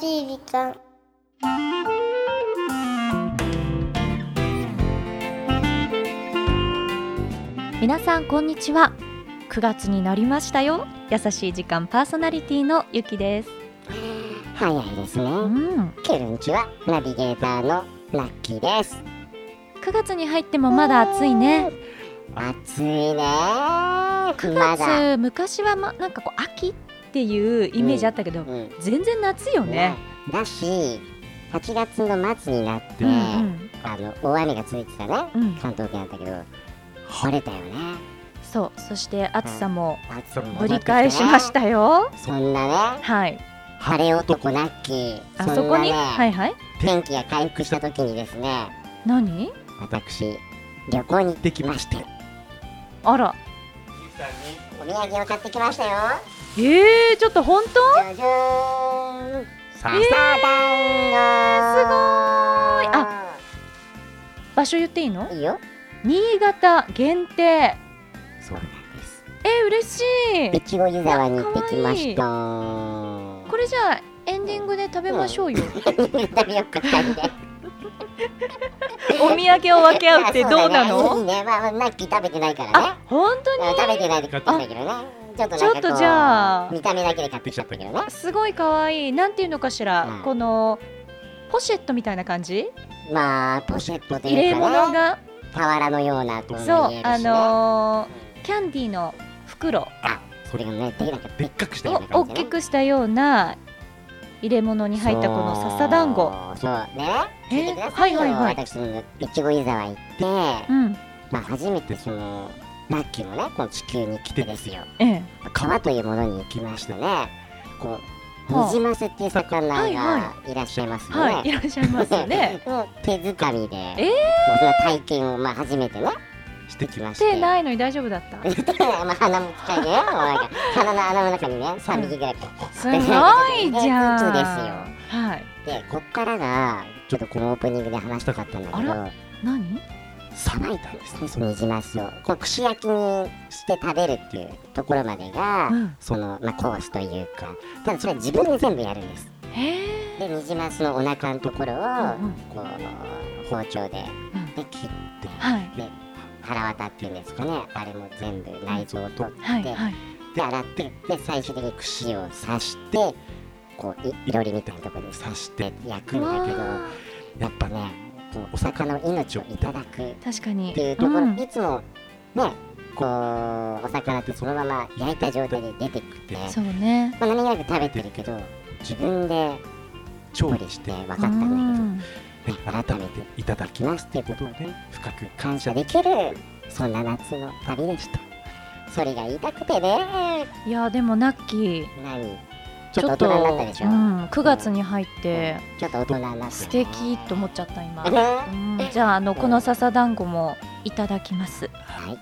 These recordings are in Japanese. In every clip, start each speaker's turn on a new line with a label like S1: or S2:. S1: しい時間
S2: 皆さんこんにちは9月になりましたよ優しい時間パーソナリティのゆきです
S3: 早いですね
S2: うん。
S3: ケルンチはナビゲーターのラッキーです
S2: 9月に入ってもまだ暑いね
S3: 暑いねま
S2: 9
S3: だ、
S2: 月昔はまなんかこう秋っていうイメージあったけど、
S3: うん
S2: 全然夏よね、
S3: だし8月の末になって、
S2: うんうん
S3: あの大雨が続いてたね
S2: うん
S3: 関東圏だったけど晴れたよね
S2: そうそして暑さも
S3: 暑さも
S2: ぶり返しましたよ、
S3: そんなね
S2: はい
S3: 晴れ男ラッキー
S2: あそこに、
S3: んなね、
S2: はいはい
S3: 天気が回復した時にですね
S2: 何
S3: 私旅行に行ってきました
S2: あら
S3: お土産を買ってきましたよ
S2: えー、ちょっと本当
S3: じゃじゃーん
S4: さ
S2: えー
S3: サダンゴ
S2: 場所言っていいの
S3: いいよ
S2: 新潟限定
S3: そうなんです
S2: えー、嬉し
S3: い
S2: い
S3: ちご湯沢に行ってきました
S2: これじゃあエンディングで食べましょうよ、
S3: 食べよっか二人で
S2: お土産を分け合うってどうな
S3: いやそうだねいい
S2: の
S3: ねまあナッキー食べてないから
S2: あ
S3: ね
S2: 本当
S3: うん
S2: に
S3: 食べてないで買ってきたけどねちょっと
S2: ちょ
S3: な
S2: っ
S3: ん
S2: と
S3: か
S2: じゃあ
S3: こう見た目だけで買ってきちゃったけどね
S2: すごい可愛いなんていうのかしら、
S3: うん
S2: このポシェットみたいな感じ
S3: まあポシェットと
S2: 入
S3: い
S2: れ
S3: うか
S2: 物
S3: ね
S2: が、
S3: 俵のようなと
S2: そう
S3: も言える
S2: あ
S3: しね
S2: のーキャンディーの袋
S3: あそれがねできなかった
S4: でっかくした
S2: を
S4: よね。
S2: 大きくしたような入れ物に入ったこの笹団子
S3: そうそうね
S2: えー
S3: 聞いてくださいよ、
S2: はいはいはい
S3: 私もいちご湯沢行って、
S2: うん
S3: まあ、初めてそのラッキーのねこの地球に来てですよ
S2: ええ
S3: 川というものに行きましてねこう
S2: はあ
S3: ニジマスっていう魚
S2: はい
S3: が
S2: はい
S3: らっしゃいますよね、
S2: はいい らっしゃいますよね
S3: もう手づかみで、
S2: え
S3: も
S2: ー
S3: うその体験をまあ初めてねしてきま して
S2: 手ないのに大丈夫だった
S3: まあ、鼻も使いでねもうなんか鼻の穴の中にね3匹ぐらいこう
S2: す ごいじゃん
S3: そうで
S2: はい
S3: でこっからがちょっとこのオープニングで話したかったんだけ
S2: あら
S3: ど
S2: 何
S3: さばいたんですねそのニジマスをこう串焼きにして食べるっていうところまでが、
S2: うん
S3: その、まあ、コースというかただそれは自分で全部やるんです
S2: へえ
S3: でニジマスのお腹のところを、
S2: んうん
S3: こう包丁で
S2: うん
S3: で切って
S2: はい
S3: 腹渡っていうんですかねあれも全部内臓を取って、
S2: はいはい
S3: で洗ってで最終的に串を刺してこういいろりみたいなところに刺して焼くんだけど
S2: わ
S3: やっぱねこうお魚の命をいただく
S2: ー確かに
S3: っていうところ、
S2: うん
S3: いつもねこうお魚ってそのまま焼いた状態で出てくって、ま
S2: そうね
S3: あ、何気なく食べてるけど自分で調理して分かったんだけど、ね改めていただきますっていうことをね深く感謝できるそんな夏の旅でしたそれが言いたくてね
S2: うんいやでもナッキー
S3: 何ちょっと大人になったでしょ、
S2: うん、9月に入って
S3: ちょっと大人になった、ね、
S2: 素敵と思っちゃった今、
S3: ね
S2: うん、じゃああのこの笹団子もいただきます
S3: はい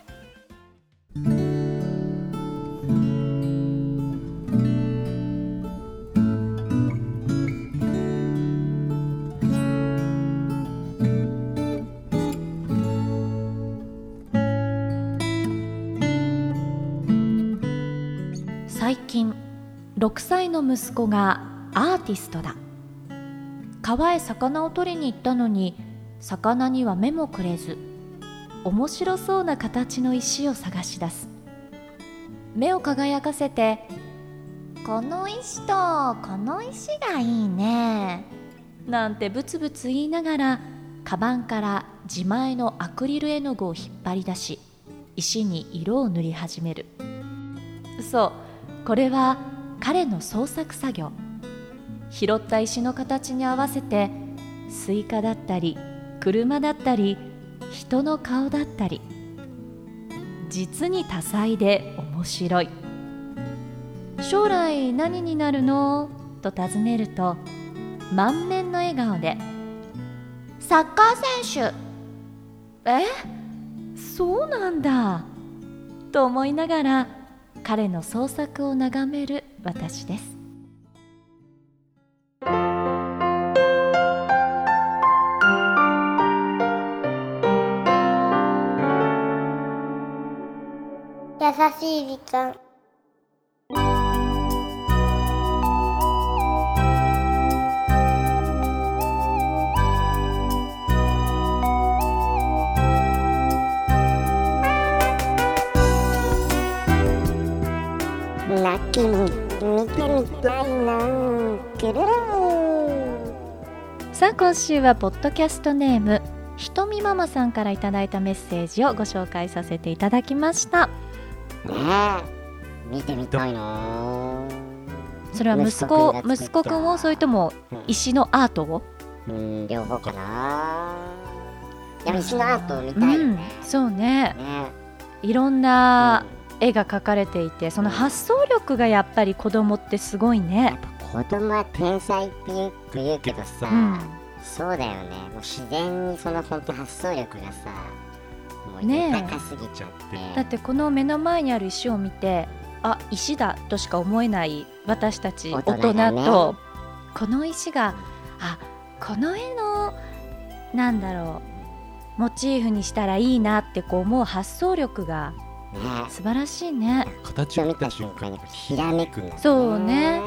S2: 最近6歳の息子がアーティストだ川へ魚を取りに行ったのに魚には目もくれず面白そうな形の石を探し出す目を輝かせて「この石とこの石がいいね」なんてブツブツ言いながらカバンから自前のアクリル絵の具を引っ張り出し石に色を塗り始めるそうこれは彼の創作作業拾った石の形に合わせてスイカだったり車だったり人の顔だったり実に多彩で面白い将来何になるのと尋ねると満面の笑顔でサッカー選手えそうなんだと思いながら彼の創作を眺める私です
S1: 優しい時間
S3: ないなくるる
S2: さあ今週はポッドキャストネームひとみママさんからいただいたメッセージをご紹介させていただきました
S3: ねえ見てみたいな
S2: それは息子
S3: 息子君が作った
S2: 息子くんをそれとも石のアートを
S3: うん両方かなでも石のアートを見たいよね、
S2: うん、そうね
S3: ね
S2: いろんな絵が描かれていてその発想力がやっぱり子供ってすごい
S3: や
S2: ね
S3: っ、ぱ子供は天才って言う言うけどさ、
S2: うん、
S3: そうだよねもう自然にその本当発想力がさもう
S2: ねえ
S3: 豊かすぎちゃって、
S2: だってこの目の前にある石を見てあ石だとしか思えない私たち大
S3: 大
S2: 人
S3: 人だね
S2: と、この石があこの絵のなんだろうモチーフにしたらいいなってこう思う発想力が
S3: ね
S2: 素晴らしいね
S3: 形を見た瞬間にひらめくんだよね
S2: そうね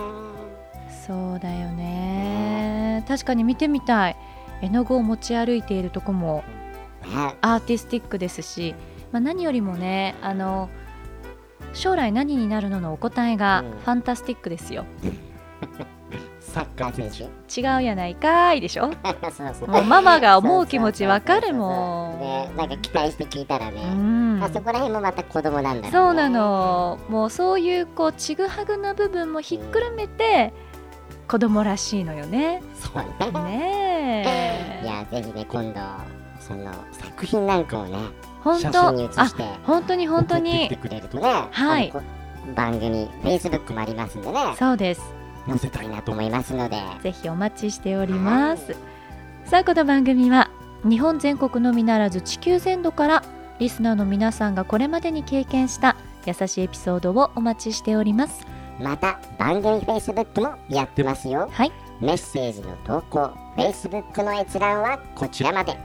S2: そうだよね確かに見てみたい絵の具を持ち歩いているとこも
S3: ね
S2: アーティスティックですし、まあ、何よりもねあの将来何になるののお答えが
S3: うん
S2: ファンタスティックですよ、
S3: サッカー選
S2: 違うやないかいでしょ
S3: 手そうそう
S2: もうママが思う気持 ちわかるも
S3: ねなんか期待して聞いたらね、
S2: んうん
S3: あそこら辺もまた子供なんだろうね
S2: そうなのもうそういうこうちぐはぐな部分もひっくるめて子供らしいのよね
S3: そうね
S2: ね
S3: い
S2: え
S3: やぜひね今度その作品なんかをね
S2: 本
S3: 写
S2: 当
S3: 真に写
S2: あ
S3: して
S2: 本当に本当
S3: 送
S2: に
S3: ってきてくれるとね
S2: はい
S3: この番組 Facebook もありますんでね
S2: そうです
S3: 載せたいなと思いますので
S2: ぜひお待ちしております。さあこの番組は日本全国のみならず地球全土からリスナーの皆さんがこれまでに経験した優しいエピソードをお待ちしております。
S3: また番組 Facebook もやってますよ
S2: はい、
S3: メッセージの投稿 Facebook の閲覧はこちらまで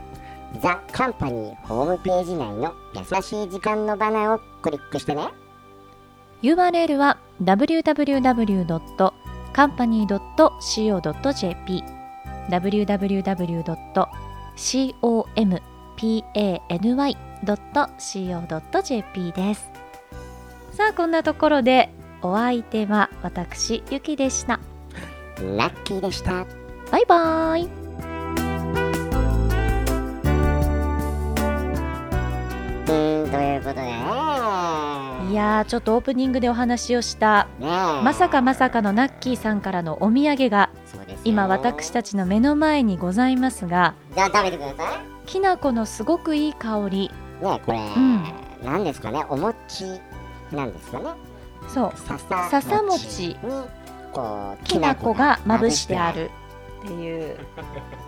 S3: ザ・カンパニーホームページ内の優しい時間のバナーをクリックしてね
S2: URL は www.company.co.jp www.company.co.jp です。さあこんなところでお相手は私ゆきでした。
S3: ラッキーでした
S2: バイバイ
S3: うーんということでね
S2: いやーちょっとオープニングでお話をした
S3: ねえ
S2: まさかまさかのナッキーさんからのお土産が
S3: そうですよ
S2: 今私たちの目の前にございますが
S3: じゃあ食べてくださいね
S2: きな粉のすごくいい香り
S3: えこれ、
S2: ん
S3: なんですかねお餅なんですかね
S2: そう
S3: 笹
S2: 笹餅
S3: 餅にこう
S2: きな粉がまぶしてあるっ ていう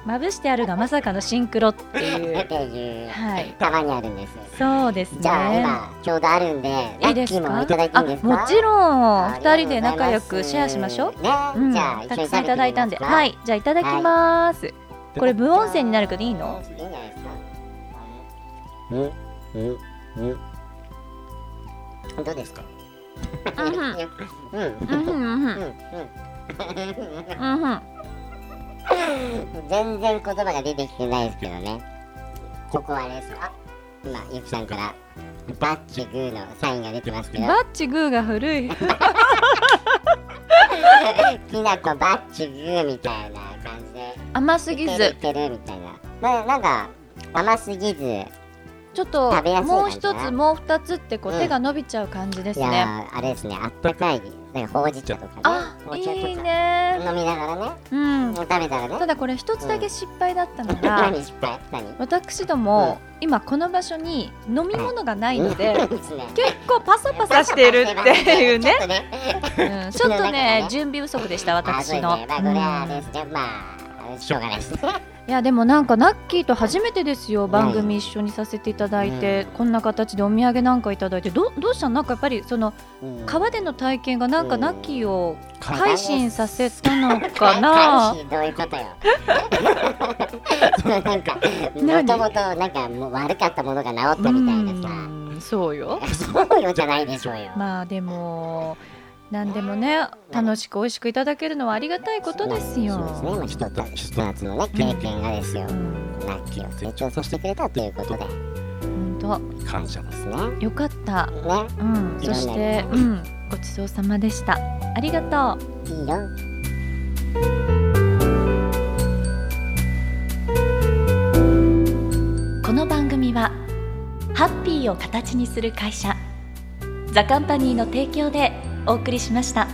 S2: まぶしてあるがまさかのシンクロって
S3: き
S2: い
S3: な粉が
S2: う
S3: っていう、
S2: はい
S3: たまにあるんですよ
S2: そうですね
S3: じゃあ、今ちょうどあるんで
S2: い
S3: ラ
S2: い
S3: ッ
S2: で
S3: キ
S2: す
S3: ーも
S2: か
S3: いただいてい
S2: あ
S3: いんですか
S2: もちろん
S3: ありがとうございます
S2: 2人で仲良くシェアしましょう
S3: ね、
S2: うん
S3: じゃあ
S2: た
S3: 一緒
S2: く
S3: に
S2: さんいただいたんではいいじゃあいただきます、これ無音声になるけどいいの
S3: いいんじゃないですかうんうんうんどうですか
S2: うんうん
S3: うんうん
S2: うんうんう
S3: うん
S2: んうんうん
S3: 全然言葉が出てきてないですけどねここはあれですか今ゆきさんからバッチグーのサインが出てますけど
S2: バッチグーが古い
S3: きなこバッチグーみたいな感じで
S2: 甘すぎ
S3: いけるい
S2: ず
S3: けるみたいなななんか甘すぎずいや
S2: ちょっと
S3: 食べやすい
S2: もう
S3: 感じ
S2: 一
S3: ね
S2: つもう二つってこう
S3: うん
S2: 手が伸びちゃう感じですね、
S3: ーあれですねあったかいなんかほうじ茶とかね
S2: あ
S3: お
S2: い
S3: 茶とか
S2: いね
S3: 飲みながらね
S2: うん
S3: 食べたら
S2: た
S3: ね
S2: だこれ一つだけ失敗だったのが、
S3: 何失敗何
S2: 私ども、今この場所に飲み物がないので、
S3: うんですね
S2: 結構パサパサしてるっていうね
S3: ちょ、っとね
S2: うん、ちょっとね準備不足でした
S3: あそう
S2: 私
S3: ね
S2: の、
S3: まあこ
S2: う
S3: れ
S2: ん
S3: はですね、まあしょうがないですね
S2: いやでもなんかナッキーと初めてですよ番組一緒にさせていただいて、
S3: うん
S2: こんな形でお土産なんかいただいてどどうしたのなんかやっぱりその
S3: うん
S2: 川での体験がなんかナッキーを
S3: うん
S2: 改心させたのか
S3: か
S2: な
S3: しどういうことよ そのなんか
S2: 何
S3: もともとなんかもう悪かったものが治ったみたいなさ
S2: うんそうよ
S3: そうよじゃないでしょうよ、
S2: まあでも何でもね楽しく美味しくいただけるのはありがたいことですよ、
S3: そうですね、まあ、一つ一つのね経験がですよ、
S2: うん
S3: ラッキーを成長させてくれたということで
S2: ほん
S3: 感謝ですね
S2: とよかった
S3: ね
S2: うんそして、うん、ごちそうさまでした
S3: ね
S2: ありがとう
S3: いいよ
S2: この番組はハッピーを形にする会社ザカンパニーの提供でお送りしました。